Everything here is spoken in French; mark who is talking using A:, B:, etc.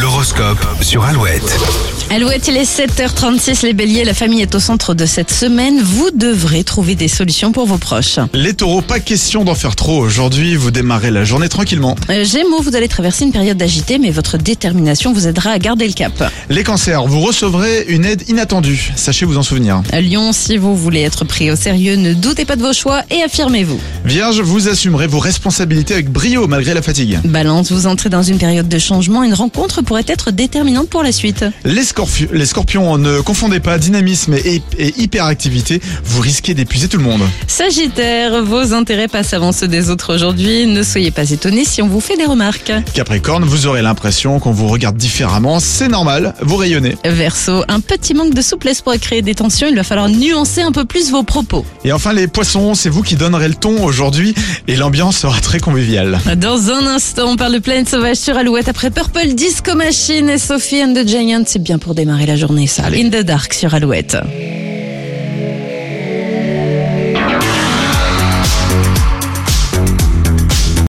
A: L'horoscope sur Alouette.
B: Alouette, il est 7h36, les béliers, la famille est au centre de cette semaine. Vous devrez trouver des solutions pour vos proches.
C: Les taureaux, pas question d'en faire trop aujourd'hui, vous démarrez la journée tranquillement.
B: Euh, Gémeaux, vous allez traverser une période agitée, mais votre détermination vous aidera à garder le cap. Euh,
C: Les cancers, vous recevrez une aide inattendue, sachez vous en souvenir.
B: Euh, Lyon, si vous voulez être pris au sérieux, ne doutez pas de vos choix et affirmez-vous.
C: Vierge, vous assumerez vos responsabilités avec brio malgré la fatigue.
B: Balance, vous entrez dans une période de changement, une rencontre pourrait être déterminante pour la suite.
C: Les, scorpions, les scorpions, ne confondez pas dynamisme et, et hyperactivité, vous risquez d'épuiser tout le monde.
B: Sagittaire, vos intérêts passent avant ceux des autres aujourd'hui. Ne soyez pas étonnés si on vous fait des remarques.
C: Capricorne, vous aurez l'impression qu'on vous regarde différemment, c'est normal, vous rayonnez.
B: Verseau, un petit manque de souplesse pourrait créer des tensions, il va falloir nuancer un peu plus vos propos.
C: Et enfin les poissons, c'est vous qui donnerez le ton aujourd'hui et l'ambiance sera très conviviale.
B: Dans un instant, on parle de Planète Sauvage sur Alouette après Purple Disco Machine et Sophie and the Giant. C'est bien pour démarrer la journée, ça. In the Dark sur Alouette.